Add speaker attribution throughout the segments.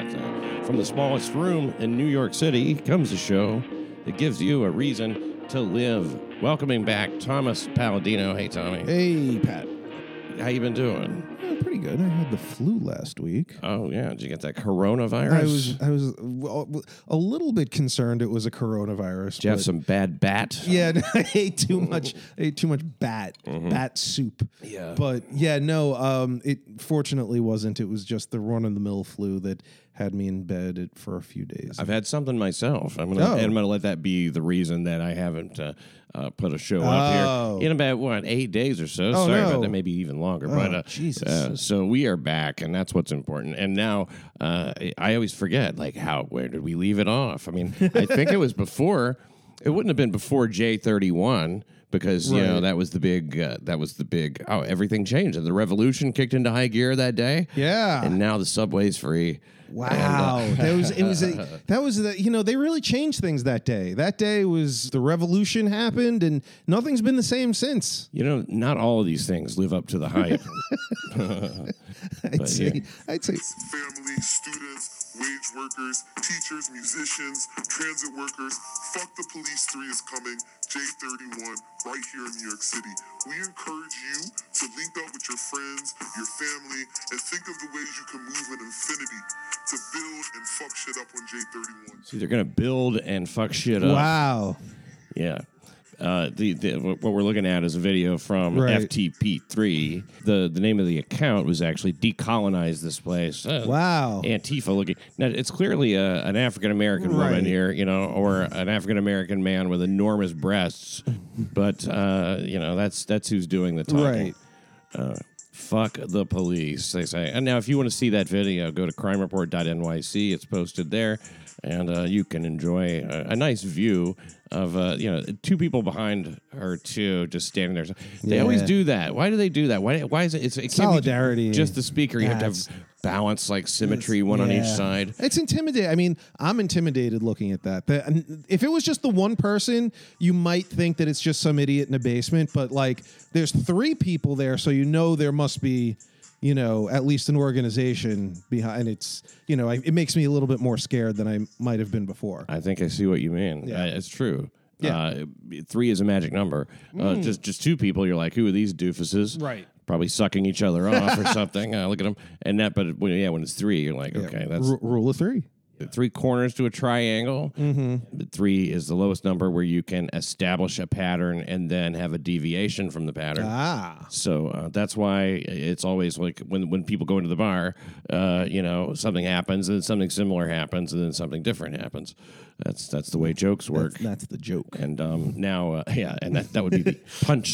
Speaker 1: From the smallest room in New York City comes a show that gives you a reason to live. Welcoming back Thomas Palladino. Hey, Tommy.
Speaker 2: Hey, Pat.
Speaker 1: How you been doing?
Speaker 2: Yeah, pretty good. I had the flu last week.
Speaker 1: Oh, yeah. Did you get that coronavirus?
Speaker 2: I was I was well, a little bit concerned it was a coronavirus.
Speaker 1: Did you have
Speaker 2: but-
Speaker 1: some Oh. bad bat?
Speaker 2: Yeah, I ate too much. I ate too much bat bat soup.
Speaker 1: Mm-hmm. Yeah.
Speaker 2: But yeah, no. Um, it fortunately wasn't. It was just the run of the mill flu that had me in bed it, for a few days.
Speaker 1: I've had something myself. I'm gonna,
Speaker 2: Oh.
Speaker 1: I'm gonna let that be the reason that I haven't uh, uh, put a show
Speaker 2: Oh.
Speaker 1: up here in about what eight days or so. Sorry
Speaker 2: no. Oh,
Speaker 1: about that, maybe even longer. but uh,
Speaker 2: Jesus.
Speaker 1: uh, so we are back, and that's what's important. And now uh, I always forget, like how where did we leave it off? I mean, I think it was before. It wouldn't have been before J thirty one. Because you know
Speaker 2: Right.
Speaker 1: that was the big, uh, that was the big. Oh, everything changed, and the revolution kicked into high gear that day.
Speaker 2: Yeah.
Speaker 1: and uh, now the subway's free.
Speaker 2: Wow, that was it was a, that was the you know they really changed things that day. That day was the revolution happened, and nothing's been the same since.
Speaker 1: You know, not all of these things live up to the hype.
Speaker 2: I'd
Speaker 1: But,
Speaker 2: say
Speaker 1: yeah.
Speaker 2: I'd say
Speaker 3: family, students, wage workers, teachers, musicians, transit workers. Fuck the police three is coming. J31 right here in New York City. We encourage you to link up with your friends, your family, and think of the ways you can move an infinity to build and fuck shit up on J31.
Speaker 1: See, they're going to build and fuck shit up.
Speaker 2: wow.
Speaker 1: Yeah. Uh, the, the, what we're looking at is a video from
Speaker 2: Right.
Speaker 1: FTP3. The the name of the account was actually decolonize this place. Uh,
Speaker 2: Wow.
Speaker 1: Antifa looking. Now it's clearly a, an African American woman
Speaker 2: Right.
Speaker 1: here, you know, or an African American man with enormous breasts. But uh, you know, that's that's who's doing the talking. Uh,
Speaker 2: Right.
Speaker 1: Fuck the police, they say. And now, if you want to see that video, go to crimereport.nyc. It's posted there, and uh, you can enjoy a, a nice view of uh, you know two people behind her too, just standing there. They always
Speaker 2: Yeah.
Speaker 1: do that. Why do they do that? Why? Why is it? It's, it can't be
Speaker 2: Solidarity.
Speaker 1: Just the speaker. You have to have
Speaker 2: That's-
Speaker 1: balance, like symmetry, one on each
Speaker 2: Yeah.
Speaker 1: side.
Speaker 2: It's intimidating. I mean, I'm intimidated looking at that. That- and If it was just the one person, you might think that it's just some idiot in a basement, but like there's three people there, so you know there must be, you know, at least an organization behind it's, you know, I, it makes me a little bit more scared than I might have been before.
Speaker 1: I think I see what you mean.
Speaker 2: Yeah.
Speaker 1: Uh, it's true.
Speaker 2: Yeah. Mm.
Speaker 1: Uh, three is a magic number. Uh, just just two people, you're like, who are these doofuses?
Speaker 2: Right.
Speaker 1: Probably sucking each other off or something. Uh, look at them. And that, but when, yeah, when it's three, you're like, okay, that's
Speaker 2: Ru- rule of three.
Speaker 1: three corners to a triangle. Mm-hmm. Three is the lowest number where you can establish a pattern and then have a deviation from the pattern.
Speaker 2: Ah.
Speaker 1: So uh, that's why it's always like when, when people go into the bar, uh, you know, something happens and then something similar happens and then something different happens. That's that's the way jokes work.
Speaker 2: That's the joke.
Speaker 1: and um, now, uh, yeah, and that, that would be the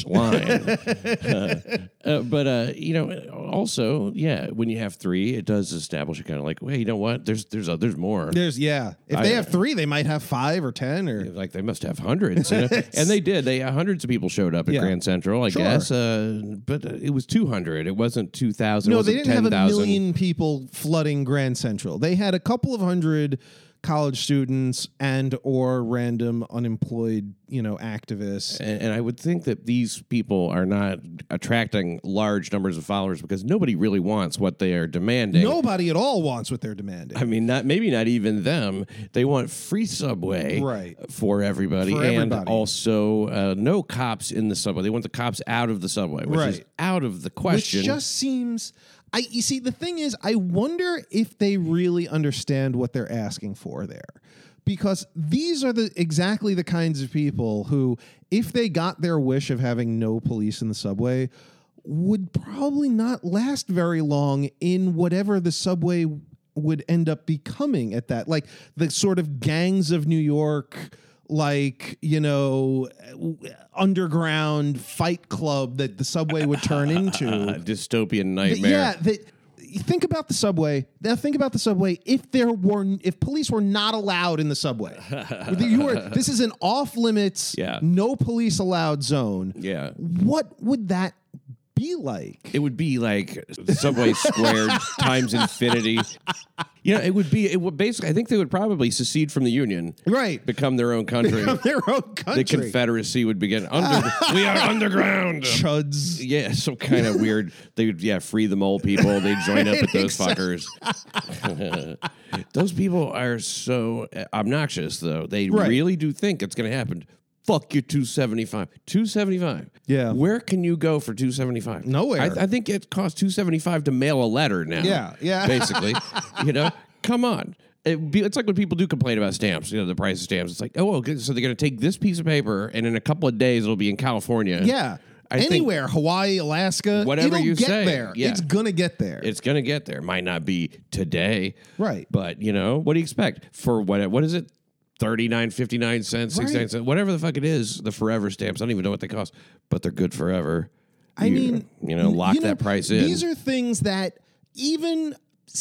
Speaker 1: punchline. uh, uh, but, uh, you know, also, yeah, when you have three, it does establish a kind of like, well, you know what? There's there's uh, there's more.
Speaker 2: There's, yeah. If
Speaker 1: I-
Speaker 2: they have three, they might have five or 10 or.
Speaker 1: like they must have hundreds, you know? and they did. They uh, hundreds of people showed up at
Speaker 2: Yeah.
Speaker 1: Grand Central, I
Speaker 2: Sure.
Speaker 1: guess. Uh, but uh, it was two hundred. It wasn't two thousand.
Speaker 2: No, they didn't have a million people flooding Grand Central. They had a couple of hundred college students and or random unemployed, you know, activists.
Speaker 1: And, and I would think that these people are not attracting large numbers of followers because nobody really wants what they are demanding.
Speaker 2: Nobody at all wants what they're demanding.
Speaker 1: I mean, not maybe not even them. They want free subway
Speaker 2: Right.
Speaker 1: for everybody,
Speaker 2: For
Speaker 1: and
Speaker 2: everybody.
Speaker 1: also uh, no cops in the subway. They want the cops out of the subway, which is
Speaker 2: Right.
Speaker 1: out of the
Speaker 2: Which
Speaker 1: question.
Speaker 2: just seems I you see the thing is I wonder if they really understand what they're asking for there. Because these are the exactly the kinds of people who if they got their wish of having no police in the subway would probably not last very long in whatever the subway would end up becoming at that like the sort of gangs of New York like you know underground fight club that the subway would turn
Speaker 1: a
Speaker 2: into
Speaker 1: uh, dystopian
Speaker 2: Th-
Speaker 1: nightmare.
Speaker 2: yeah that think about the subway now think about the subway if there were if police were not allowed in the subway you were this is an off limits
Speaker 1: Yeah.
Speaker 2: no police allowed zone
Speaker 1: yeah.
Speaker 2: what would that be like
Speaker 1: It would be like Subway squared times infinity. You know, it would be. It would basically. I think they would probably secede from the union,
Speaker 2: Right.
Speaker 1: Become their own country.
Speaker 2: their own
Speaker 1: the
Speaker 2: country
Speaker 1: Confederacy would begin under. we are underground.
Speaker 2: chuds
Speaker 1: Yeah, some kind of weird. They would yeah free the mole people. They would join up with those fuckers. Those people are so obnoxious, though. They
Speaker 2: Right.
Speaker 1: really do think it's going to happen. Fuck your 275. 275.
Speaker 2: Yeah.
Speaker 1: Where can you go for 275?
Speaker 2: Nowhere.
Speaker 1: I, I think it costs 275 to mail a letter now.
Speaker 2: Yeah, yeah.
Speaker 1: Basically, you know, come on. It be, it's like when people do complain about stamps, you know, the price of stamps. It's like, oh, okay, so they're going to take this piece of paper, and in a couple of days, it'll be in California.
Speaker 2: Yeah.
Speaker 1: I think-
Speaker 2: Anywhere, Hawaii, Alaska,
Speaker 1: Whatever
Speaker 2: it'll
Speaker 1: you
Speaker 2: get
Speaker 1: say,
Speaker 2: there.
Speaker 1: yeah.
Speaker 2: It's gonna get there.
Speaker 1: It's going to get there. Might not be today.
Speaker 2: Right.
Speaker 1: But, you know, what do you expect? For what what is it? 39 59 cents, 69
Speaker 2: Right.
Speaker 1: cents, whatever the fuck it is, the forever stamps. I don't even know what they cost, but they're good forever.
Speaker 2: I
Speaker 1: You-
Speaker 2: mean,
Speaker 1: you know, lock
Speaker 2: you know,
Speaker 1: that price in.
Speaker 2: These are things that even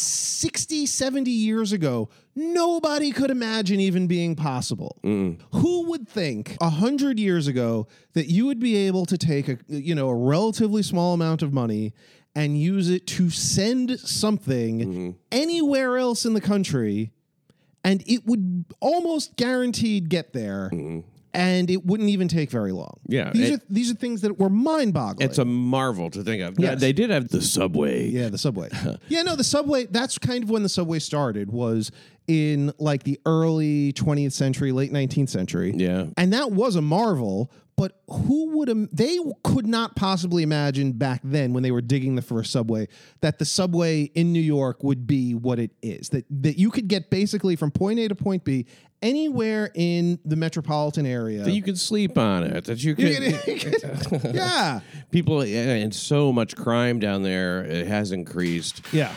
Speaker 2: 60, 70 years ago, nobody could imagine even being possible. Who would think 100 years ago that you would be able to take a you know, a relatively small amount of money and use it to send something
Speaker 1: Mm-hmm.
Speaker 2: anywhere else in the country and it would almost guaranteed get there. And it wouldn't even take very long.
Speaker 1: Yeah,
Speaker 2: these
Speaker 1: it-
Speaker 2: are these are things that were mind-boggling.
Speaker 1: It's a marvel to think of. Yeah,
Speaker 2: Yes.
Speaker 1: they did have the subway.
Speaker 2: Yeah, the subway. yeah, no, the subway. That's kind of when the subway started. Was in like the early 20th century, late 19th century.
Speaker 1: Yeah.
Speaker 2: and that was a marvel. But who would im- they could not possibly imagine back then when they were digging the first subway that the subway in New York would be what it is that that you could get basically from point A to point B anywhere in the metropolitan area.
Speaker 1: That you could sleep on it. That you could.
Speaker 2: yeah,
Speaker 1: people and so much crime down there. It has increased.
Speaker 2: yeah.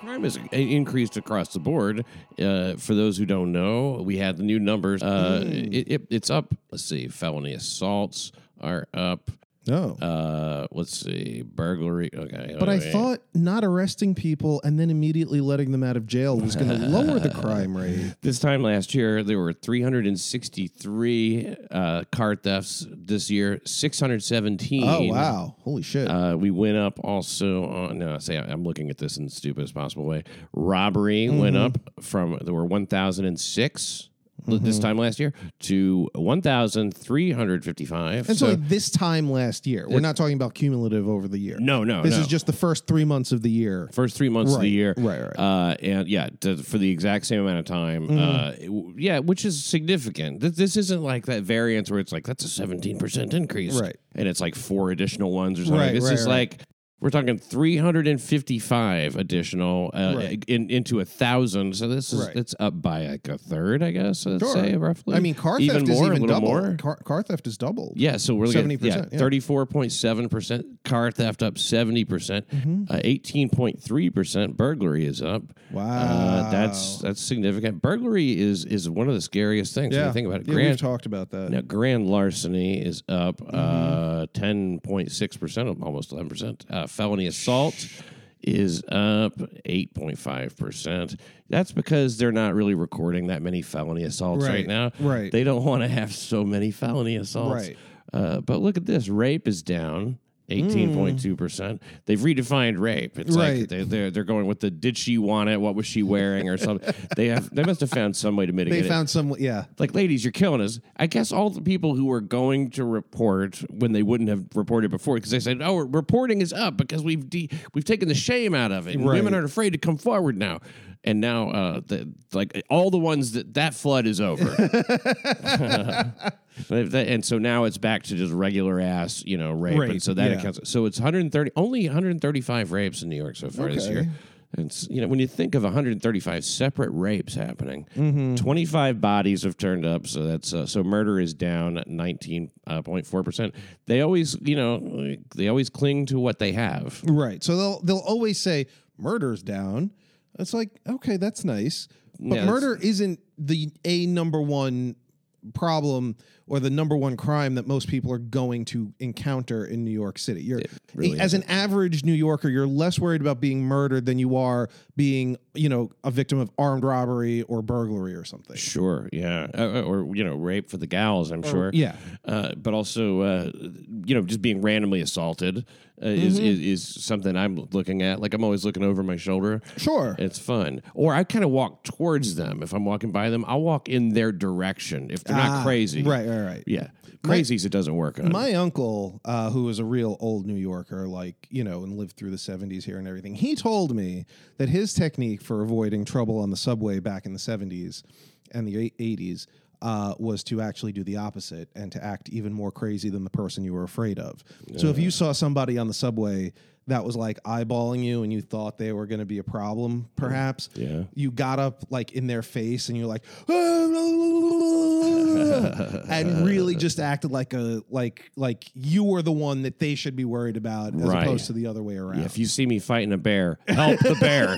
Speaker 1: Crime has i- increased across the board. Uh, for those who don't know, we had the new numbers. Uh,
Speaker 2: Hmm.
Speaker 1: it, it, it's up. Let's see, felony assaults are up.
Speaker 2: No.
Speaker 1: Uh, let's see, burglary. Okay,
Speaker 2: But I
Speaker 1: wait.
Speaker 2: thought not arresting people and then immediately letting them out of jail was going to lower the crime rate.
Speaker 1: this time last year there were 363 uh, car thefts. This year, 617.
Speaker 2: Oh wow! Holy shit!
Speaker 1: Uh, we went up also on. No, I say I'm looking at this in the stupidest possible way. Robbery went up from there were 1,006 l- this time last year to 1,355.
Speaker 2: and so, this time last year, we're not talking about cumulative over the year.
Speaker 1: no, no,
Speaker 2: this
Speaker 1: no.
Speaker 2: is just the first three months of the year.
Speaker 1: first three months of the
Speaker 2: Right,
Speaker 1: year,
Speaker 2: right, Mm-hmm. right.
Speaker 1: Uh, and yeah, to, for the exact same amount of time, uh, it w- yeah, which is significant. This, this isn't like that variance where it's like that's a seventeen percent increase,
Speaker 2: Right.
Speaker 1: And it's like four additional ones or something.
Speaker 2: Right,
Speaker 1: this
Speaker 2: right,
Speaker 1: is
Speaker 2: right.
Speaker 1: like we're talking three hundred and fifty-five additional uh,
Speaker 2: Right.
Speaker 1: in, into a thousand. So this is
Speaker 2: Right.
Speaker 1: it's up by like a third, I guess. I'd
Speaker 2: Sure.
Speaker 1: say roughly.
Speaker 2: I mean, car theft
Speaker 1: even
Speaker 2: is
Speaker 1: more, a
Speaker 2: even
Speaker 1: little
Speaker 2: doubled.
Speaker 1: more.
Speaker 2: Car, car theft is doubled.
Speaker 1: Yeah, so we're looking at
Speaker 2: 70%, yeah.
Speaker 1: thirty-four point seven percent car theft up seventy percent,
Speaker 2: Mm-hmm.
Speaker 1: uh, eighteen point three percent burglary is up. uh, that's
Speaker 2: Wow.
Speaker 1: that's significant. Burglary is is one of the scariest things when
Speaker 2: yeah.
Speaker 1: you think about it.
Speaker 2: Yeah, we've
Speaker 1: grand
Speaker 2: talked about that.
Speaker 1: now, grand larceny is up uh
Speaker 2: Mm-hmm.
Speaker 1: ten point six percent, almost eleven percent. Uh, felony assault is up eight point five percent. That's because they're not really recording that many felony assaults right,
Speaker 2: Right,
Speaker 1: now.
Speaker 2: right.
Speaker 1: They don't want to have so many felony assaults.
Speaker 2: Right.
Speaker 1: Uh, but look at this. Rape is down. 18.2%. They've redefined rape. It's like
Speaker 2: Mm. Right.
Speaker 1: they, they're, they're going with the did she want it? What was she wearing? Or something. they have they must have found some way to
Speaker 2: They
Speaker 1: mitigate it
Speaker 2: found some. Yeah,
Speaker 1: like ladies you're killing us i guess all the people who were going to report when they wouldn't have reported before because they said oh reporting is up because we've de- we've taken the shame out of it and
Speaker 2: Right.
Speaker 1: women aren't afraid to come forward now and now uh the, like all the ones that that flood is over and so now it's back to just regular ass you know rape,
Speaker 2: Rape,
Speaker 1: and so that
Speaker 2: yeah.
Speaker 1: accounts so it's 130 only 135 rapes in new york so far this
Speaker 2: Okay.
Speaker 1: year and s- you know when you think of 135 separate rapes happening,
Speaker 2: Mm-hmm.
Speaker 1: 25 bodies have turned up. So that's uh, so murder is down 19.4 percent. They always, you know, they always cling to what they have.
Speaker 2: right. So they'll they'll always say murder's down. It's like okay, that's nice, but
Speaker 1: Yeah, that's-
Speaker 2: murder isn't the a number one problem or the number one crime that most people are going to encounter in New York City. You're
Speaker 1: really
Speaker 2: as an average New Yorker, you're less worried about being murdered than you are being, you know, a victim of armed robbery or burglary or something.
Speaker 1: Sure, yeah, Uh, or you know, rape for the gals. I'm sure.
Speaker 2: yeah.
Speaker 1: uh, but also, uh, you know, just being randomly assaulted uh, is,
Speaker 2: Mm-hmm.
Speaker 1: is is something I'm looking at. Like I'm always looking over my shoulder.
Speaker 2: Sure.
Speaker 1: It's fun. Or I kind of walk towards them. If I'm walking by them, I'll walk in their direction if they're not
Speaker 2: Ah,
Speaker 1: crazy.
Speaker 2: right, right, All right.
Speaker 1: Yeah. Crazies it doesn't work on.
Speaker 2: My uncle, uh, who was a real old New Yorker, like, you know, and lived through the 70s here and everything, he told me that his technique for avoiding trouble on the subway back in the 70s and the eight- 80s uh, was to actually do the opposite and to act even more crazy than the person you were afraid of. So if you saw somebody on the subway that was like eyeballing you and you thought they were going to be a problem, perhaps,
Speaker 1: Yeah.
Speaker 2: you got up like in their face and you're like and really just acted like a like like you were the one that they should be worried about as
Speaker 1: Right.
Speaker 2: opposed to the other way around.
Speaker 1: If you see me fighting a bear, help the bear.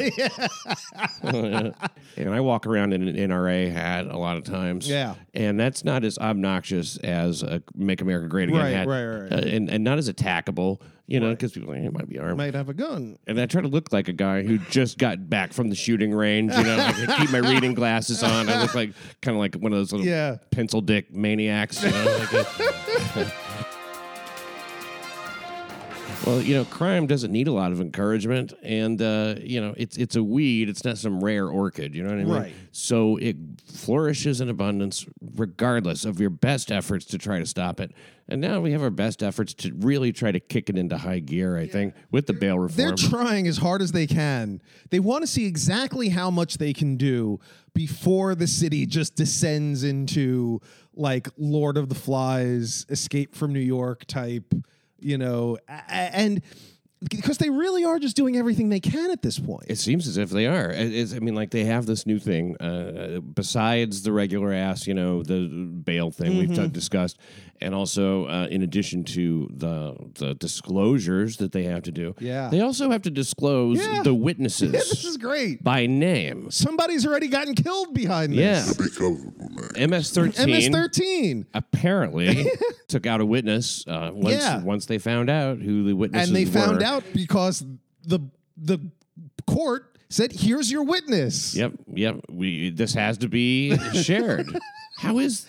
Speaker 1: and I walk around in an NRA hat a lot of times.
Speaker 2: Yeah.
Speaker 1: And that's not as obnoxious as a Make America Great Again
Speaker 2: Right,
Speaker 1: hat.
Speaker 2: right, right.
Speaker 1: Uh, and, and not as attackable, you know, because people are like, "He might be armed.
Speaker 2: might have a gun.
Speaker 1: and I try to look like a guy who just got back from the shooting range. You know, like, I keep my reading glasses on. I look like kind of like one of those little
Speaker 2: Yeah.
Speaker 1: pencil dick maniacs. You know, like a- well, you know, crime doesn't need a lot of encouragement, and uh, you know, it's it's a weed. It's not some rare orchid. You know what I mean?
Speaker 2: Right.
Speaker 1: So it flourishes in abundance, regardless of your best efforts to try to stop it. And now we have our best efforts to really try to kick it into high gear. I think with the bail reform.
Speaker 2: They're trying as hard as they can. They want to see exactly how much they can do before the city just descends into like Lord of the Flies, Escape from New York type, you know, a- a- and because they really are just doing everything they can at this point.
Speaker 1: It seems as if they are. It- it's- I mean, like they have this new thing uh, besides the regular ass, you know, the bail thing
Speaker 2: Mm-hmm.
Speaker 1: we've t- discussed, and also uh, in addition to the the disclosures that they have to do.
Speaker 2: Yeah.
Speaker 1: they also have to disclose
Speaker 2: Yeah.
Speaker 1: the
Speaker 2: Yeah, this
Speaker 1: witnesses
Speaker 2: is great.
Speaker 1: by name.
Speaker 2: Somebody's already gotten killed behind
Speaker 1: Yeah,
Speaker 2: this.
Speaker 3: Recoverable, man.
Speaker 1: MS thirteen.
Speaker 2: MS-13.
Speaker 1: Apparently, took out a witness uh, once
Speaker 2: Yeah.
Speaker 1: once they found out who the witnesses
Speaker 2: And they found
Speaker 1: were.
Speaker 2: out because the the court said, "Here's your witness."
Speaker 1: Yep, yep. We this has to be shared. How is?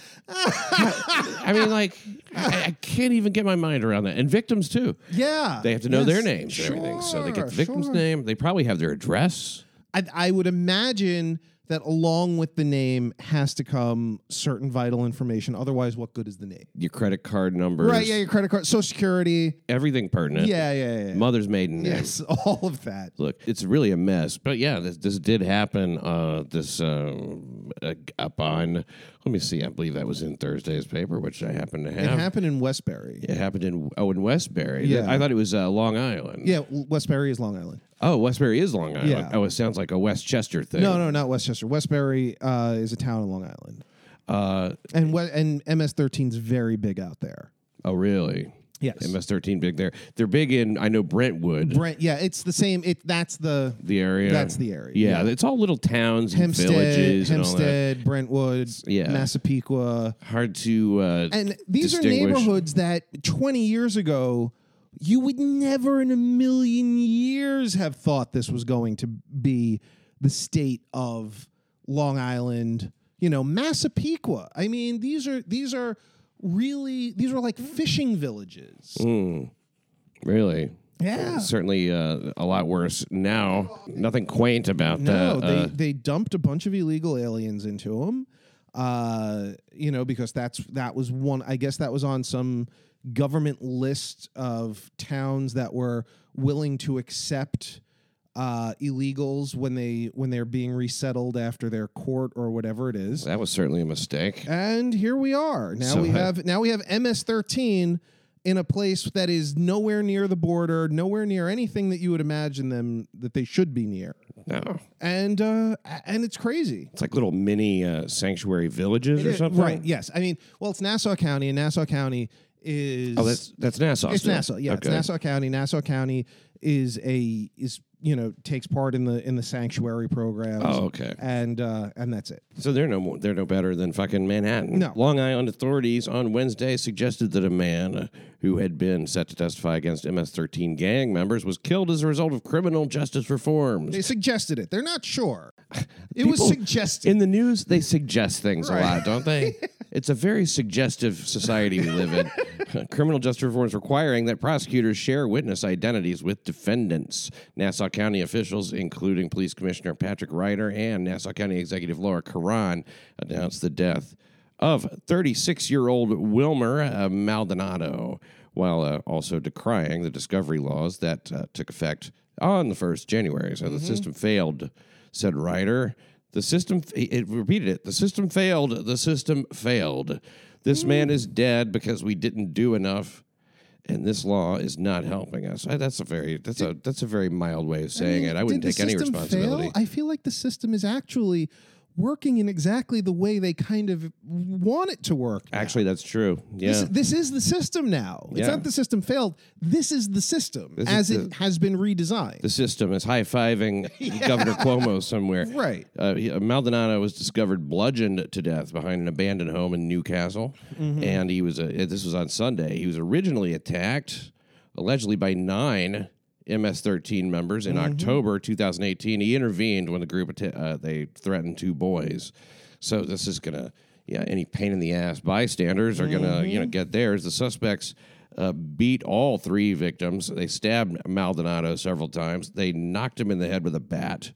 Speaker 1: how- I mean, like, I, I can't even get my mind around that. And victims too.
Speaker 2: Yeah.
Speaker 1: They have to know their
Speaker 2: Yes.
Speaker 1: names and everything. So they get the
Speaker 2: Sure,
Speaker 1: victim's
Speaker 2: sure.
Speaker 1: name. They probably have their address.
Speaker 2: I, I would imagine that along with the name has to come certain vital information. Otherwise, what good is the name?
Speaker 1: Your credit card numbers,
Speaker 2: Right, yeah, your credit card, social security.
Speaker 1: everything pertinent.
Speaker 2: Yeah, yeah, yeah.
Speaker 1: Mother's maiden name.
Speaker 2: Yes, all of that.
Speaker 1: Look, it's really a mess, but yeah, this, this did happen. Uh, this uh, uh, up on, let me see. I believe that was in Thursday's paper, which I happen to have.
Speaker 2: It happened in Westbury.
Speaker 1: It happened in oh in Westbury.
Speaker 2: Yeah.
Speaker 1: I thought it was uh, Long Island.
Speaker 2: Yeah, Westbury is Long Island.
Speaker 1: Oh, Westbury is Long Island.
Speaker 2: Yeah.
Speaker 1: Oh, it sounds like a Westchester thing.
Speaker 2: No, no, not Westchester. Westbury uh, is a town in Long Island.
Speaker 1: Uh,
Speaker 2: And we- and MS-13 is very big out there.
Speaker 1: oh, really?
Speaker 2: Yes.
Speaker 1: MS13 big there. They're big in I know Brentwood,
Speaker 2: Brent, yeah, it's the same. It that's the
Speaker 1: the area.
Speaker 2: That's the area,
Speaker 1: Yeah, it's all little towns and
Speaker 2: Hempstead,
Speaker 1: villages and all that.
Speaker 2: Hempstead, Brentwood,
Speaker 1: yeah.
Speaker 2: Massapequa,
Speaker 1: Hard to uh,
Speaker 2: and these are
Speaker 1: distinguish.
Speaker 2: neighborhoods that 20 years ago you would never in a million years have thought this was going to be the state of Long Island, you know, Massapequa. I mean, these are these are really these were like fishing villages.
Speaker 1: Mm. really.
Speaker 2: Yeah.
Speaker 1: Certainly uh, a lot worse now. Nothing quaint about
Speaker 2: No,
Speaker 1: that.
Speaker 2: they,
Speaker 1: Uh,
Speaker 2: they dumped a bunch of illegal aliens into them. Uh, you know, because that's that was one. I guess that was on some government list of towns that were willing to accept uh, illegals when they when they're being resettled after their court or whatever it is.
Speaker 1: that was certainly a mistake.
Speaker 2: And here we are. Now
Speaker 1: So
Speaker 2: we
Speaker 1: I-
Speaker 2: have now we have MS-13 in a place that is nowhere near the border, nowhere near anything that you would imagine them that they should be near
Speaker 1: No.
Speaker 2: and uh, a- and it's crazy.
Speaker 1: It's like little mini uh, sanctuary villages or something.
Speaker 2: Right? Yes. I mean, well, it's Nassau County, and Nassau County is
Speaker 1: Oh, that's that's Nassau.
Speaker 2: it's
Speaker 1: still.
Speaker 2: Nassau. Yeah, it's
Speaker 1: Okay.
Speaker 2: Nassau County. Nassau County is a is you know takes part in the in the sanctuary programs.
Speaker 1: Oh, okay.
Speaker 2: And uh, and that's it.
Speaker 1: So they're no more, they're no better than fucking Manhattan.
Speaker 2: No.
Speaker 1: Long Island authorities on Wednesday suggested that a man uh, who had been set to testify against MS-13 gang members was killed as a result of criminal justice reforms.
Speaker 2: They suggested it. They're not sure. It was
Speaker 1: People-
Speaker 2: suggested.
Speaker 1: In the news, they suggest things a lot, don't they? it's a very suggestive society we live in. Criminal justice reforms requiring that prosecutors share witness identities with defendants. Nassau County officials, including Police Commissioner Patrick Ryder and Nassau County Executive Laura Caron, announced the death of 36 year old Wilmer uh, Maldonado, while uh, also decrying the discovery laws that uh, took effect on the 1st January. So the
Speaker 2: Mm-hmm.
Speaker 1: system failed, said Ryder. The system, it it repeated it. The system failed. The system failed. This
Speaker 2: Mm.
Speaker 1: man is dead because we didn't do enough, and this law is not helping us. Uh, That's a very that's a that's a very mild way of saying it. I wouldn't take
Speaker 2: Did the
Speaker 1: any
Speaker 2: system fail?
Speaker 1: responsibility.
Speaker 2: I feel like the system is actually working in exactly the way they kind of want it to work. now.
Speaker 1: Actually, that's true. Yeah.
Speaker 2: This, this is the system now. It's
Speaker 1: Yeah.
Speaker 2: not the system failed. This is the system
Speaker 1: This is
Speaker 2: as
Speaker 1: the-
Speaker 2: it has been redesigned.
Speaker 1: the system is high fiving Governor Cuomo somewhere.
Speaker 2: Right.
Speaker 1: Uh, he- Maldonado was discovered bludgeoned to death behind an abandoned home in Newcastle, and he was uh, this was on Sunday. He was originally attacked allegedly by nine MS-13 members in October 2018. He intervened when the group atta- uh, they threatened two boys. So this is gonna yeah any pain in the ass bystanders are gonna you know get theirs. The suspects uh, beat all three victims. They stabbed Maldonado several times. They knocked him in the head with a bat.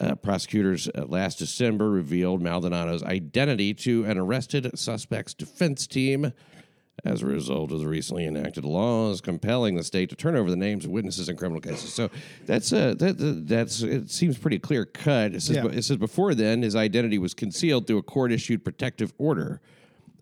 Speaker 1: Uh, prosecutors uh, last December revealed Maldonado's identity to an arrested suspect's defense team as a result of the recently enacted laws compelling the state to turn over the names of witnesses in criminal cases. So that's uh, that, that- that's it seems pretty clear cut. It says,
Speaker 2: Yeah.
Speaker 1: it says before then his identity was concealed through a court issued protective order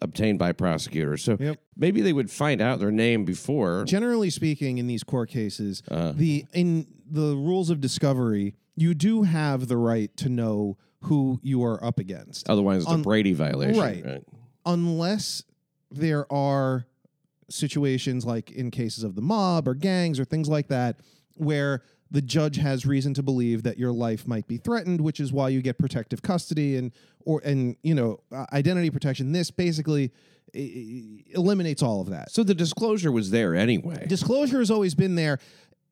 Speaker 1: obtained by prosecutors. So
Speaker 2: Yep.
Speaker 1: maybe they would find out their name before.
Speaker 2: generally speaking in these court cases
Speaker 1: Uh-huh.
Speaker 2: the in the rules of discovery you do have the right to know who you are up against
Speaker 1: Otherwise, it's a
Speaker 2: on-
Speaker 1: Brady violation.
Speaker 2: right. unless there are situations like in cases of the mob or gangs or things like that where the judge has reason to believe that your life might be threatened which is why you get protective custody and or and you know uh, identity protection this basically eh, eh, eliminates all of that
Speaker 1: So the disclosure was there anyway.
Speaker 2: disclosure has always been there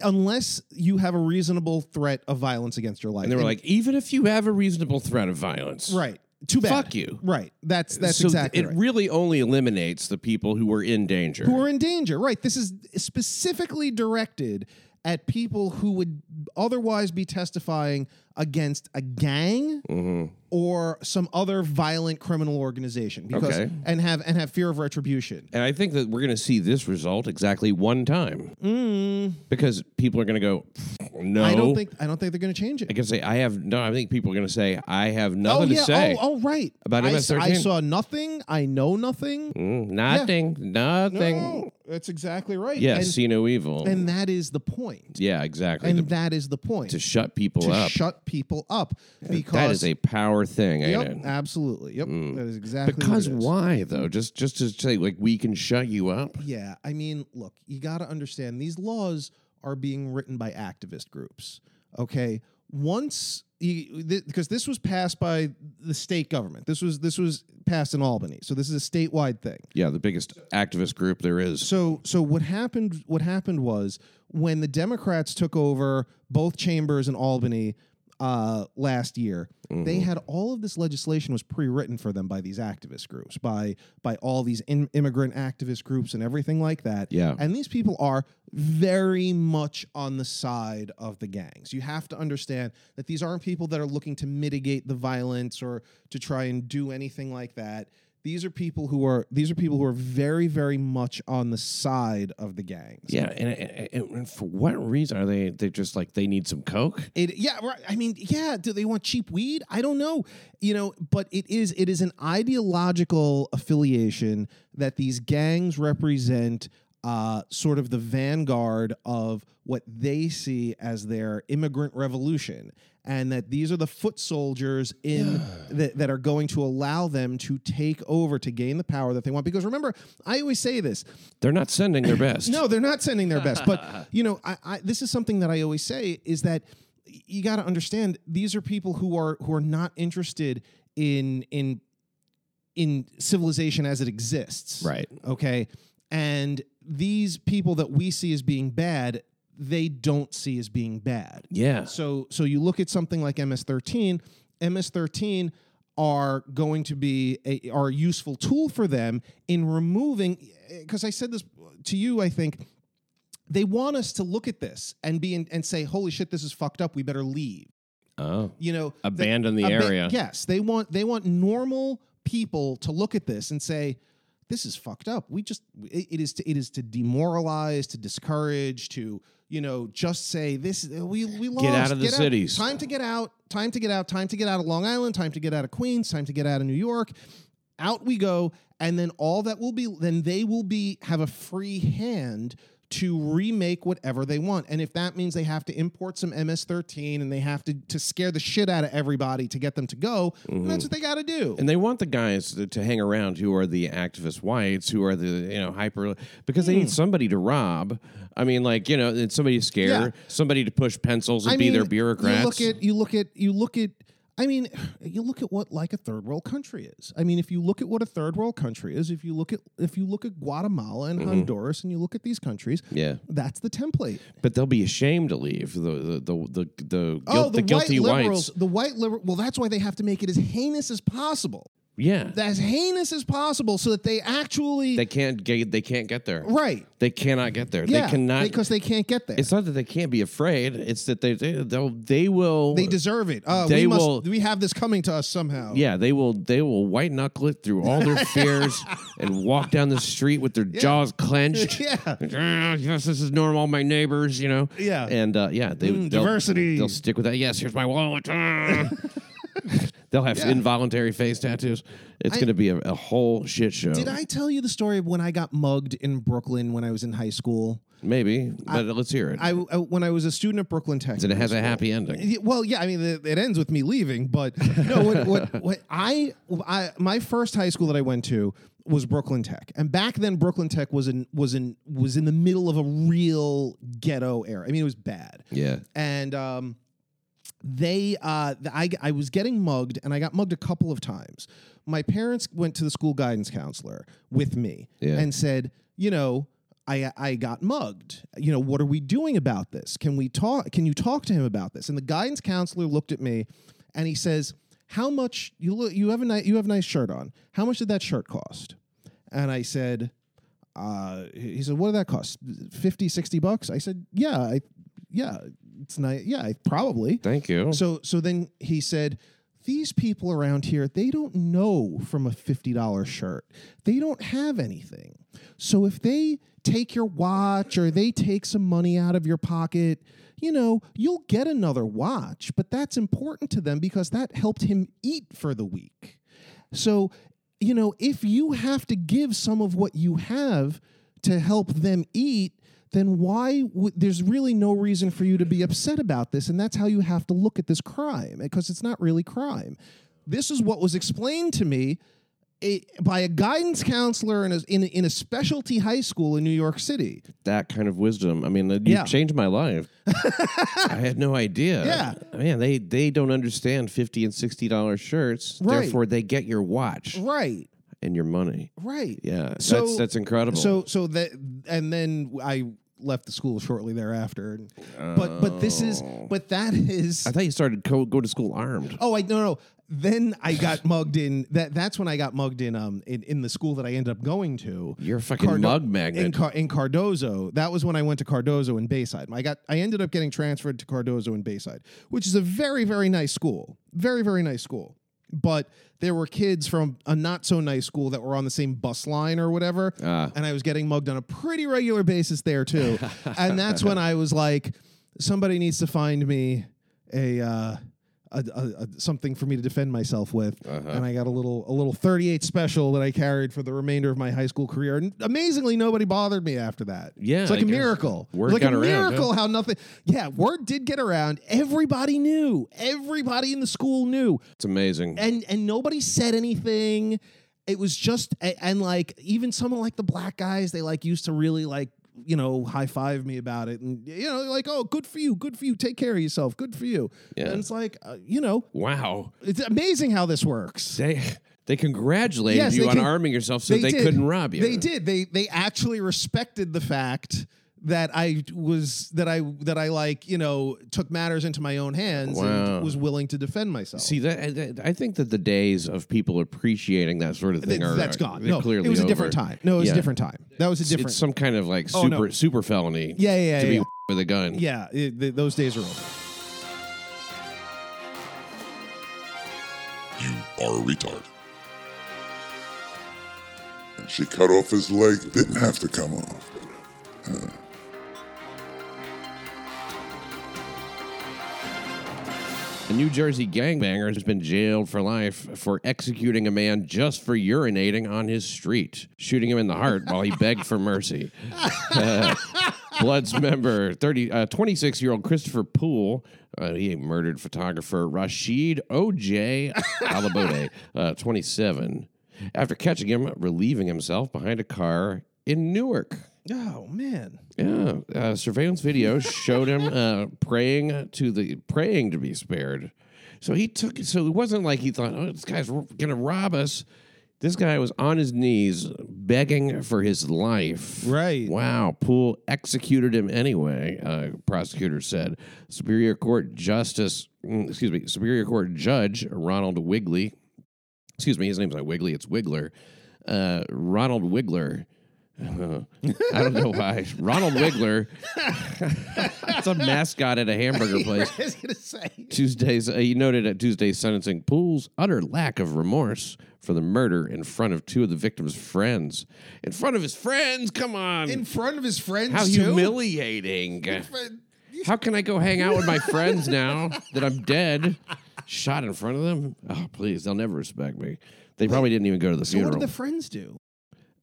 Speaker 2: unless you have a reasonable threat of violence against your life.
Speaker 1: And they were like, even if you have a reasonable threat of violence,
Speaker 2: right. Too bad.
Speaker 1: Fuck you.
Speaker 2: Right. That's that's
Speaker 1: so
Speaker 2: exactly
Speaker 1: It
Speaker 2: right.
Speaker 1: really only eliminates the people who were in danger.
Speaker 2: who are in danger. Right. This is specifically directed at people who would otherwise be testifying against a gang
Speaker 1: Mm-hmm.
Speaker 2: or some other violent criminal organization because
Speaker 1: Okay.
Speaker 2: and have and have fear of retribution.
Speaker 1: and I think that we're going to see this result exactly one time because people are going to go, no.
Speaker 2: Mm. I don't think I don't think they're going to change
Speaker 1: I
Speaker 2: it.
Speaker 1: can say I have no. I think people are going to say I have
Speaker 2: Oh
Speaker 1: nothing
Speaker 2: yeah.
Speaker 1: to say.
Speaker 2: oh, oh right.
Speaker 1: about
Speaker 2: I, s- I
Speaker 1: MS-13.
Speaker 2: saw nothing. I know nothing.
Speaker 1: Mm, nothing, nothing.
Speaker 2: oh. No, that's exactly right.
Speaker 1: Yeah,
Speaker 2: And,
Speaker 1: see no evil.
Speaker 2: and that is the point.
Speaker 1: yeah, exactly.
Speaker 2: And
Speaker 1: To,
Speaker 2: that is the point.
Speaker 1: to shut people
Speaker 2: To
Speaker 1: up.
Speaker 2: shut people up. Because
Speaker 1: that is a power thing. ain't
Speaker 2: Yep,
Speaker 1: it?
Speaker 2: absolutely. Yep. That is exactly what
Speaker 1: Because
Speaker 2: it is.
Speaker 1: why though? Just just to say like we can shut you up.
Speaker 2: Yeah, I mean, look, you got to understand these laws are being written by activist groups. Okay, once you, th- because this was passed by the state government. This was this was passed in Albany, so this is a statewide thing.
Speaker 1: Yeah, the biggest activist group there is.
Speaker 2: So so what happened what happened was when the Democrats took over both chambers in Albany uh, last year, they had all of this legislation was pre-written for them by these activist groups, by by all these in, immigrant activist groups and everything like that.
Speaker 1: Yeah.
Speaker 2: And these people are very much on the side of the gangs. You have to understand that these aren't people that are looking to mitigate the violence or to try and do anything like that. These are people who are these are people who are very very much on the side of the gangs.
Speaker 1: Yeah, and, and, and- and for what reason are they? They just like they need some coke.
Speaker 2: It, yeah, right. I mean, yeah. Do they want cheap weed? I don't know. You know, but it is it is an ideological affiliation that these gangs represent. Uh, sort of the vanguard of what they see as their immigrant revolution, and that these are the foot soldiers in that, that are going to allow them to take over to gain the power that they want. Because remember, I always say this:
Speaker 1: They're not sending their best.
Speaker 2: no, they're not sending their best. But you know, I, I this is something that I always say is that y- you got to understand these are people who are who are not interested in in in civilization as it exists.
Speaker 1: Right.
Speaker 2: Okay. And these people that we see as being bad, they don't see as being bad.
Speaker 1: Yeah.
Speaker 2: So so you look at something like MS13, MS13 are going to be a, are a useful tool for them in removing because I said this to you I think they want us to look at this and be in, and say holy shit this is fucked up we better leave.
Speaker 1: Oh,
Speaker 2: You know, they-
Speaker 1: abandon the
Speaker 2: aban-
Speaker 1: area.
Speaker 2: yes, they want they want normal people to look at this and say, this is fucked up. We just it, it is to, it is to demoralize, to discourage, to you know just say this. We we lost.
Speaker 1: out of the cities.
Speaker 2: Time to get out. Time to get out. Time to get out of Long Island. Time to get out of Queens. Time to get out of New York. Out we go, and then all that will be then they will be have a free hand to remake whatever they want. And if that means they have to import some MS-13 and they have to to scare the shit out of everybody to get them to go, then that's what they got to do.
Speaker 1: And they want the guys to, to hang around who are the activist whites, who are the you know hyper because
Speaker 2: Hmm.
Speaker 1: they need somebody to rob. I mean, like you know, and somebody to scare,
Speaker 2: Yeah.
Speaker 1: somebody to push pencils and
Speaker 2: I
Speaker 1: be
Speaker 2: mean,
Speaker 1: their bureaucrats.
Speaker 2: You look at you look at you look at I mean, you look at what like a third world country is. I mean, if you look at what a third world country is, if you look at if you look at Guatemala and Honduras and you look at these countries,
Speaker 1: Mm-hmm. Yeah.
Speaker 2: that's the template.
Speaker 1: but they'll be ashamed to leave the the the the, the, guilt,
Speaker 2: oh,
Speaker 1: the, guilty
Speaker 2: white
Speaker 1: whites.
Speaker 2: liberals, the white liberal. Well, that's why they have to make it as heinous as possible,
Speaker 1: Yeah,
Speaker 2: as heinous as possible, so that they actually
Speaker 1: they can't get they can't get there.
Speaker 2: right,
Speaker 1: They cannot get there.
Speaker 2: yeah,
Speaker 1: they cannot.
Speaker 2: because they can't get there.
Speaker 1: it's not that they can't be afraid. It's that they they they'll, they will.
Speaker 2: They deserve it. Uh,
Speaker 1: They
Speaker 2: we must,
Speaker 1: will-
Speaker 2: We have this coming to us somehow.
Speaker 1: Yeah, they will. They will white knuckle it through all their fears and walk down the street with their jaws clenched.
Speaker 2: Yeah.
Speaker 1: "Ah, yes, this is normal. My neighbors, you know.
Speaker 2: Yeah.
Speaker 1: and uh, yeah, they
Speaker 2: Mm,
Speaker 1: they'll-
Speaker 2: diversity.
Speaker 1: They'll stick with that. Yes, here's my wallet. Ah. they'll have involuntary face tattoos. It's going to be a, a whole shit show.
Speaker 2: Did I tell you the story of when I got mugged in Brooklyn when I was in high school?
Speaker 1: Maybe, but let's hear it.
Speaker 2: I, I when I was a student at Brooklyn Tech.
Speaker 1: and it has a happy ending.
Speaker 2: Yeah, Well, yeah, I mean, it, it ends with me leaving, but no, what, what, what I, I, my first high school that I went to was Brooklyn Tech, and back then Brooklyn Tech was in was in was in the middle of a real ghetto era. I mean, it was bad,
Speaker 1: Yeah.
Speaker 2: and um, they uh, th- I, I was getting mugged and i got mugged a couple of times my parents went to the school guidance counselor with me
Speaker 1: Yeah.
Speaker 2: and said you know I, I got mugged you know what are we doing about this can we talk can you talk to him about this and the guidance counselor looked at me and he says how much you look you have a nice you have a nice shirt on how much did that shirt cost and i said uh, he he said, what did that cost? 50, 60 bucks? I said, yeah, I, yeah, it's nice. Yeah, I, probably.
Speaker 1: Thank you.
Speaker 2: So, so then he said, these people around here, they don't know from a $50 shirt. They don't have anything. So if they take your watch or they take some money out of your pocket, you know, you'll get another watch, but that's important to them because that helped him eat for the week. So, you know, if you have to give some of what you have to help them eat, then why would there's really no reason for you to be upset about this? And that's how you have to look at this crime because it's not really crime. This is what was explained to me eh, by a guidance counselor in a, in, a- in a specialty high school in New York City.
Speaker 1: that kind of wisdom. I mean, you
Speaker 2: Yeah.
Speaker 1: changed my life. I had no idea.
Speaker 2: Yeah.
Speaker 1: man, they they don't understand fifty and sixty dollar shirts.
Speaker 2: Right.
Speaker 1: Therefore, they get your watch
Speaker 2: Right,
Speaker 1: and your money.
Speaker 2: right.
Speaker 1: Yeah,
Speaker 2: So-
Speaker 1: that's that's incredible.
Speaker 2: So so that and then I left the school shortly thereafter. And, But but this is but that is
Speaker 1: I thought you started co- go to school armed.
Speaker 2: Oh, I no no. Then I got mugged in that. That's when I got mugged in um in, in the school that I ended up going to.
Speaker 1: You're a fucking mug magnet.
Speaker 2: in, Car- in Cardozo. That was when I went to Cardozo in Bayside. I got I ended up getting transferred to Cardozo in Bayside, which is a very very nice school, very very nice school. But there were kids from a not so nice school that were on the same bus line or whatever,
Speaker 1: Ah.
Speaker 2: and I was getting mugged on a pretty regular basis there too. and that's when I was like, somebody needs to find me a. Uh, a, a, a- something for me to defend myself with,
Speaker 1: Uh-huh.
Speaker 2: and I got a little a little 38 special that I carried for the remainder of my high school career. And amazingly, nobody bothered me after that.
Speaker 1: Yeah,
Speaker 2: it's like
Speaker 1: I
Speaker 2: a
Speaker 1: guess.
Speaker 2: miracle.
Speaker 1: Word
Speaker 2: It's like
Speaker 1: got
Speaker 2: a
Speaker 1: around, huh?
Speaker 2: miracle how nothing. Yeah, word did get around. Everybody knew. Everybody in the school knew,
Speaker 1: It's amazing.
Speaker 2: and and nobody said anything. It was just a- and like even someone like the black guys, they like used to really like you know high five me about it, and you know like oh good for you, good for you, take care of yourself, good for you.
Speaker 1: Yeah.
Speaker 2: And it's like uh, you know
Speaker 1: wow,
Speaker 2: it's amazing how this works.
Speaker 1: they they congratulated
Speaker 2: Yes,
Speaker 1: you
Speaker 2: they
Speaker 1: on
Speaker 2: con-
Speaker 1: arming yourself so they,
Speaker 2: did.
Speaker 1: couldn't rob you.
Speaker 2: They did. They they actually respected the fact that I was that I that I like you know took matters into my own hands
Speaker 1: Wow.
Speaker 2: and was willing to defend myself.
Speaker 1: See that, that- I think that the days of people appreciating that sort of thing
Speaker 2: Th-
Speaker 1: are
Speaker 2: that's gone. No,
Speaker 1: clearly
Speaker 2: it was a
Speaker 1: over.
Speaker 2: different time. No, it was
Speaker 1: Yeah.
Speaker 2: a different time. That was a different.
Speaker 1: It's some kind of like super
Speaker 2: Oh, no.
Speaker 1: super felony.
Speaker 2: yeah, yeah, yeah.
Speaker 1: to be
Speaker 2: yeah.
Speaker 1: with a gun.
Speaker 2: Yeah, it, th- those days are over.
Speaker 3: You are retarded. She cut off his leg, didn't have to come off.
Speaker 1: A New Jersey gangbanger has been jailed for life for executing a man just for urinating on his street, shooting him in the heart while he begged for mercy. Uh, Blood's member, 30, uh, 26 year old Christopher Poole, uh, he murdered photographer Rashid O.J. Alabode, uh, 27, after catching him relieving himself behind a car in Newark.
Speaker 2: Oh man.
Speaker 1: Yeah, uh, surveillance video showed him uh, praying to the praying to be spared. So he took it. So it wasn't like he thought, "Oh, this guy's r- gonna rob us." This guy was on his knees begging for his life.
Speaker 2: Right.
Speaker 1: Wow. Poole executed him anyway. Uh, prosecutor said. Superior Court Justice, mm, excuse me, Superior Court Judge Ronald Wigley excuse me, his name's not Wiggly, it's Wiggler. Uh, Ronald Wiggler.
Speaker 2: Uh-huh.
Speaker 1: Uh, I don't know why. Ronald Wiggler. it's a mascot at a hamburger place.
Speaker 2: I was gonna say.
Speaker 1: Tuesday's, uh, he noted at Tuesday's sentencing, Poole's utter lack of remorse for the murder in front of two of the victim's friends. In front of his friends? Come on.
Speaker 2: In front of his friends.
Speaker 1: How
Speaker 2: too?
Speaker 1: humiliating.
Speaker 2: But-
Speaker 1: How can I go hang out with my friends now that I'm dead? Shot in front of them? Oh, please. They'll never respect me. They probably didn't even go to the
Speaker 2: So what
Speaker 1: funeral. Uh,
Speaker 2: did the friends do?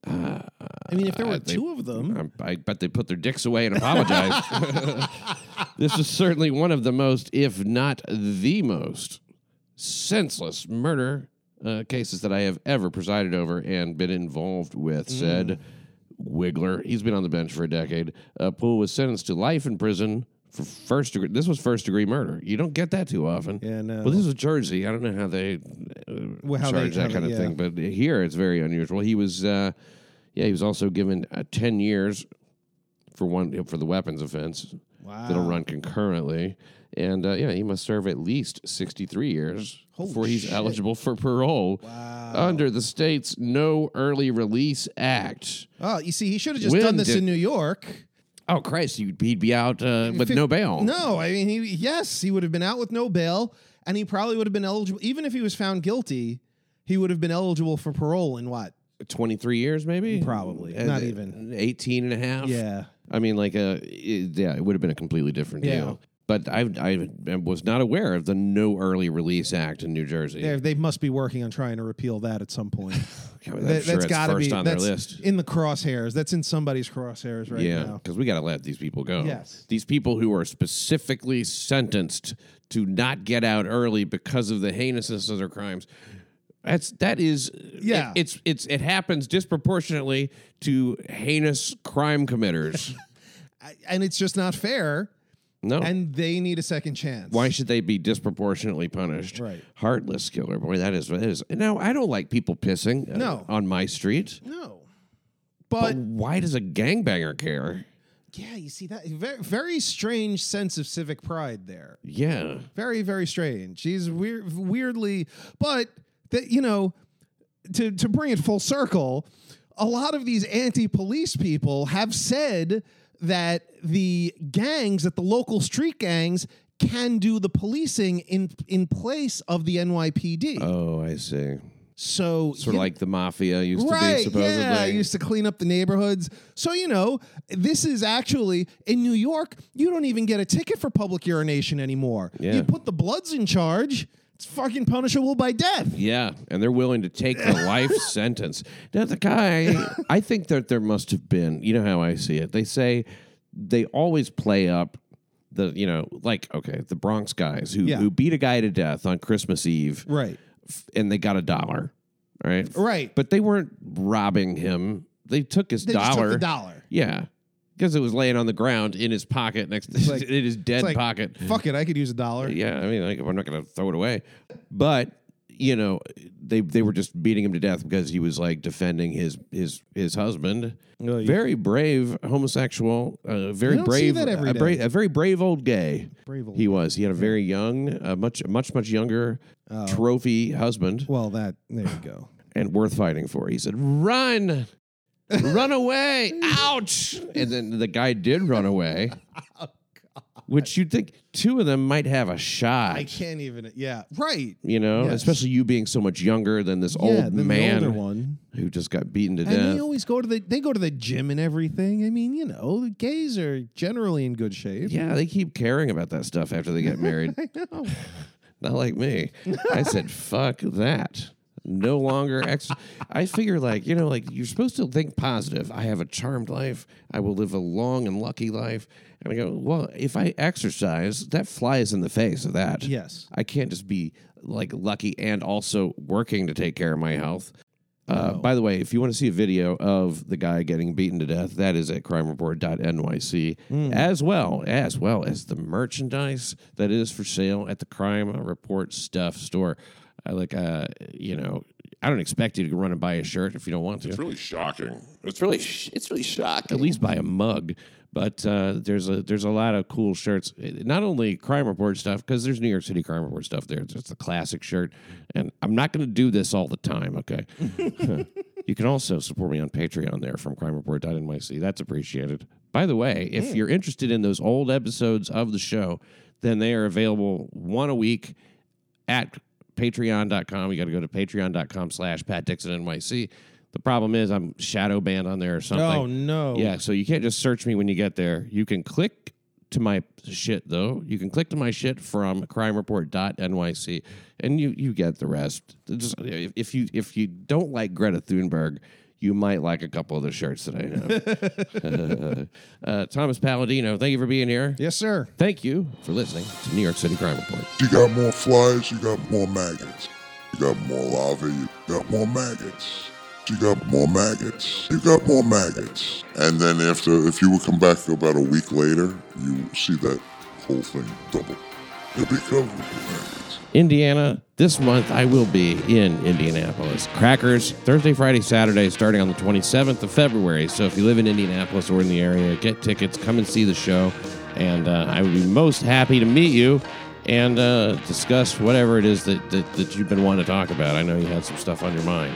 Speaker 2: I mean, if there were
Speaker 1: they-
Speaker 2: two of them,
Speaker 1: I'm- I bet they put their dicks away and apologized. this is certainly one of the most, if not the most, senseless murder uh, cases that I have ever presided over and been involved
Speaker 2: Mm.
Speaker 1: with, said Wiggler. He's been on the bench for a decade. Uh, Poole was sentenced to life in prison for first degree. This was first degree murder. You don't get that too often.
Speaker 2: Yeah, no.
Speaker 1: Well, this is Jersey. I don't know how they uh,
Speaker 2: Well, how
Speaker 1: charge
Speaker 2: they-
Speaker 1: that
Speaker 2: how
Speaker 1: kind
Speaker 2: they-
Speaker 1: of
Speaker 2: yeah.
Speaker 1: thing, but here it's very unusual. He was, uh, yeah, he was also given uh, ten years for one for the weapons offense
Speaker 2: wow.
Speaker 1: that'll run concurrently, and uh, yeah, he must serve at least sixty three years
Speaker 2: Holy
Speaker 1: before he's
Speaker 2: shit.
Speaker 1: eligible for parole
Speaker 2: Wow.
Speaker 1: under the state's No Early Release Act.
Speaker 2: Oh, you see, he should have just
Speaker 1: When
Speaker 2: done this
Speaker 1: did-
Speaker 2: in New York.
Speaker 1: Oh Christ, you'd he'd be out uh, with
Speaker 2: Fif-
Speaker 1: no bail.
Speaker 2: No, I mean, he, yes, he would have been out with no bail, and he probably would have been eligible. Even if he was found guilty, he would have been eligible for parole in what?
Speaker 1: 23 years maybe
Speaker 2: Probably.
Speaker 1: Uh,
Speaker 2: Not even.
Speaker 1: 18 and a half
Speaker 2: Yeah.
Speaker 1: i mean like a it- yeah it would have been a completely different
Speaker 2: Yeah.
Speaker 1: deal but I, I was not aware of the no early release act in new jersey
Speaker 2: They're- They must be working on trying to repeal that at some point.
Speaker 1: I mean, I'm
Speaker 2: that,
Speaker 1: sure
Speaker 2: has
Speaker 1: it's
Speaker 2: got to
Speaker 1: first
Speaker 2: be
Speaker 1: on
Speaker 2: that's
Speaker 1: their list
Speaker 2: in the crosshairs. That's in somebody's crosshairs right
Speaker 1: yeah
Speaker 2: now.
Speaker 1: because we got to let these people go
Speaker 2: Yes.
Speaker 1: these people who are specifically sentenced to not get out early because of the heinousness of their crimes that's that is
Speaker 2: Yeah.
Speaker 1: it- it's it's it happens disproportionately to heinous crime committers
Speaker 2: I- And it's just not fair.
Speaker 1: no
Speaker 2: And they need a second chance.
Speaker 1: Oh. Why should they be disproportionately punished?
Speaker 2: Right.
Speaker 1: Heartless killer. Boy, that is. That is. Now, I don't like people pissing uh,
Speaker 2: No.
Speaker 1: on my street.
Speaker 2: No.
Speaker 1: But
Speaker 2: But,
Speaker 1: why does a gangbanger care?
Speaker 2: yeah, you see that very, very strange sense of civic pride there.
Speaker 1: Yeah.
Speaker 2: Very, very strange. He's weird, weirdly, but that you know, to to bring it full circle, a lot of these anti-police people have said that the gangs, that the local street gangs, can do the policing in in place of the NYPD.
Speaker 1: Oh, I see.
Speaker 2: so
Speaker 1: Sort of like the mafia used to be, supposedly.
Speaker 2: yeah, I used to clean up the neighborhoods. So you know, this is actually in New York. You don't even get a ticket for public urination anymore.
Speaker 1: Yeah.
Speaker 2: You put the Bloods in charge. It's fucking punishable by death.
Speaker 1: Yeah, and they're willing to take the life sentence. Now, the guy, I think that there must have been, you know how I see it. They say they always play up the, you know, like, okay, the Bronx guys who,
Speaker 2: Yeah.
Speaker 1: who beat a guy to death on Christmas Eve.
Speaker 2: Right.
Speaker 1: f- and they got a dollar, right?
Speaker 2: Right.
Speaker 1: But they weren't robbing him. They took his
Speaker 2: They
Speaker 1: dollar.
Speaker 2: just took the dollar.
Speaker 1: Yeah, because it was laying on the ground in his pocket next to
Speaker 2: like-
Speaker 1: in his dead
Speaker 2: It's like,
Speaker 1: pocket.
Speaker 2: Fuck it, I could use a dollar.
Speaker 1: Yeah, I mean, like, I'm not going to throw it away. But you know, they they were just beating him to death because he was like defending his his his husband.
Speaker 2: Oh, yeah.
Speaker 1: Very brave homosexual. Uh, very
Speaker 2: You don't see
Speaker 1: brave.
Speaker 2: that every
Speaker 1: a,
Speaker 2: day.
Speaker 1: brave- a very brave old gay.
Speaker 2: Brave old
Speaker 1: he was. He had a very young, uh, much much much younger
Speaker 2: Oh.
Speaker 1: trophy husband
Speaker 2: Well, that there you go.
Speaker 1: and worth fighting for. He said, Run,
Speaker 2: Oh,
Speaker 1: run away, ouch. And then the guy did run away. which you'd think two of them might have a shot.
Speaker 2: I can't even. Yeah, right.
Speaker 1: you know,
Speaker 2: Yes.
Speaker 1: especially you being so much younger than this
Speaker 2: yeah,
Speaker 1: old
Speaker 2: then the
Speaker 1: man
Speaker 2: older one.
Speaker 1: who just got beaten to
Speaker 2: And
Speaker 1: death.
Speaker 2: they always go to the they go to the gym and everything. I mean, you know, the gays are generally in good shape.
Speaker 1: yeah, they keep caring about that stuff after they get married. Not like me. I said, fuck that. No longer ex. I figure, like, you know, like you're supposed to think positive. I have a charmed life. I will live a long and lucky life. And I go, well, if I exercise, that flies in the face of that.
Speaker 2: Yes.
Speaker 1: I can't just be like lucky and also working to take care of my health. Uh, By the way, if you want to see a video of the guy getting beaten to death, that is at crimereport.nyc, as well as well as the merchandise that is for sale at the Crime Report Stuff store. I like, uh, you know, I don't expect you to run and buy a shirt if you don't want to.
Speaker 3: It's really shocking. It's really, sh- it's really shocking.
Speaker 1: At least buy a mug. But uh, there's a there's a lot of cool shirts. Not only crime report stuff because there's New York City crime report stuff there. It's just the classic shirt, and I'm not going to do this all the time. Okay. you can also support me on Patreon there from crimereport.nyc. That's appreciated. By the way, if you're interested in those old episodes of the show, then they are available one a week at patreon.com. You got to go to patreon.com slash Pat Dixon NYC. The problem is I'm shadow banned on there or something.
Speaker 2: Oh no.
Speaker 1: Yeah, so you can't just search me when you get there. You can click to my shit though. You can click to my shit from crimereport.nyc and you you get the rest. Just, if, if you if you don't like Greta Thunberg, you might like a couple of the shirts that I have. uh, Thomas Palladino, thank you for being here.
Speaker 2: Yes, sir.
Speaker 1: Thank you for listening to New York City Crime Report.
Speaker 3: You got more flies, you got more maggots. You got more larvae, you got more maggots. You got more maggots. You got more maggots. And then after, if you would come back about a week later, you see that whole thing double. It be covered with maggots.
Speaker 1: Indiana. This month, I will be in Indianapolis. Crackers, Thursday, Friday, Saturday, starting on the 27th of February. So if you live in Indianapolis or in the area, get tickets, come and see the show. And uh, I would be most happy to meet you and uh, discuss whatever it is that, that, that you've been wanting to talk about. I know you had some stuff on your mind.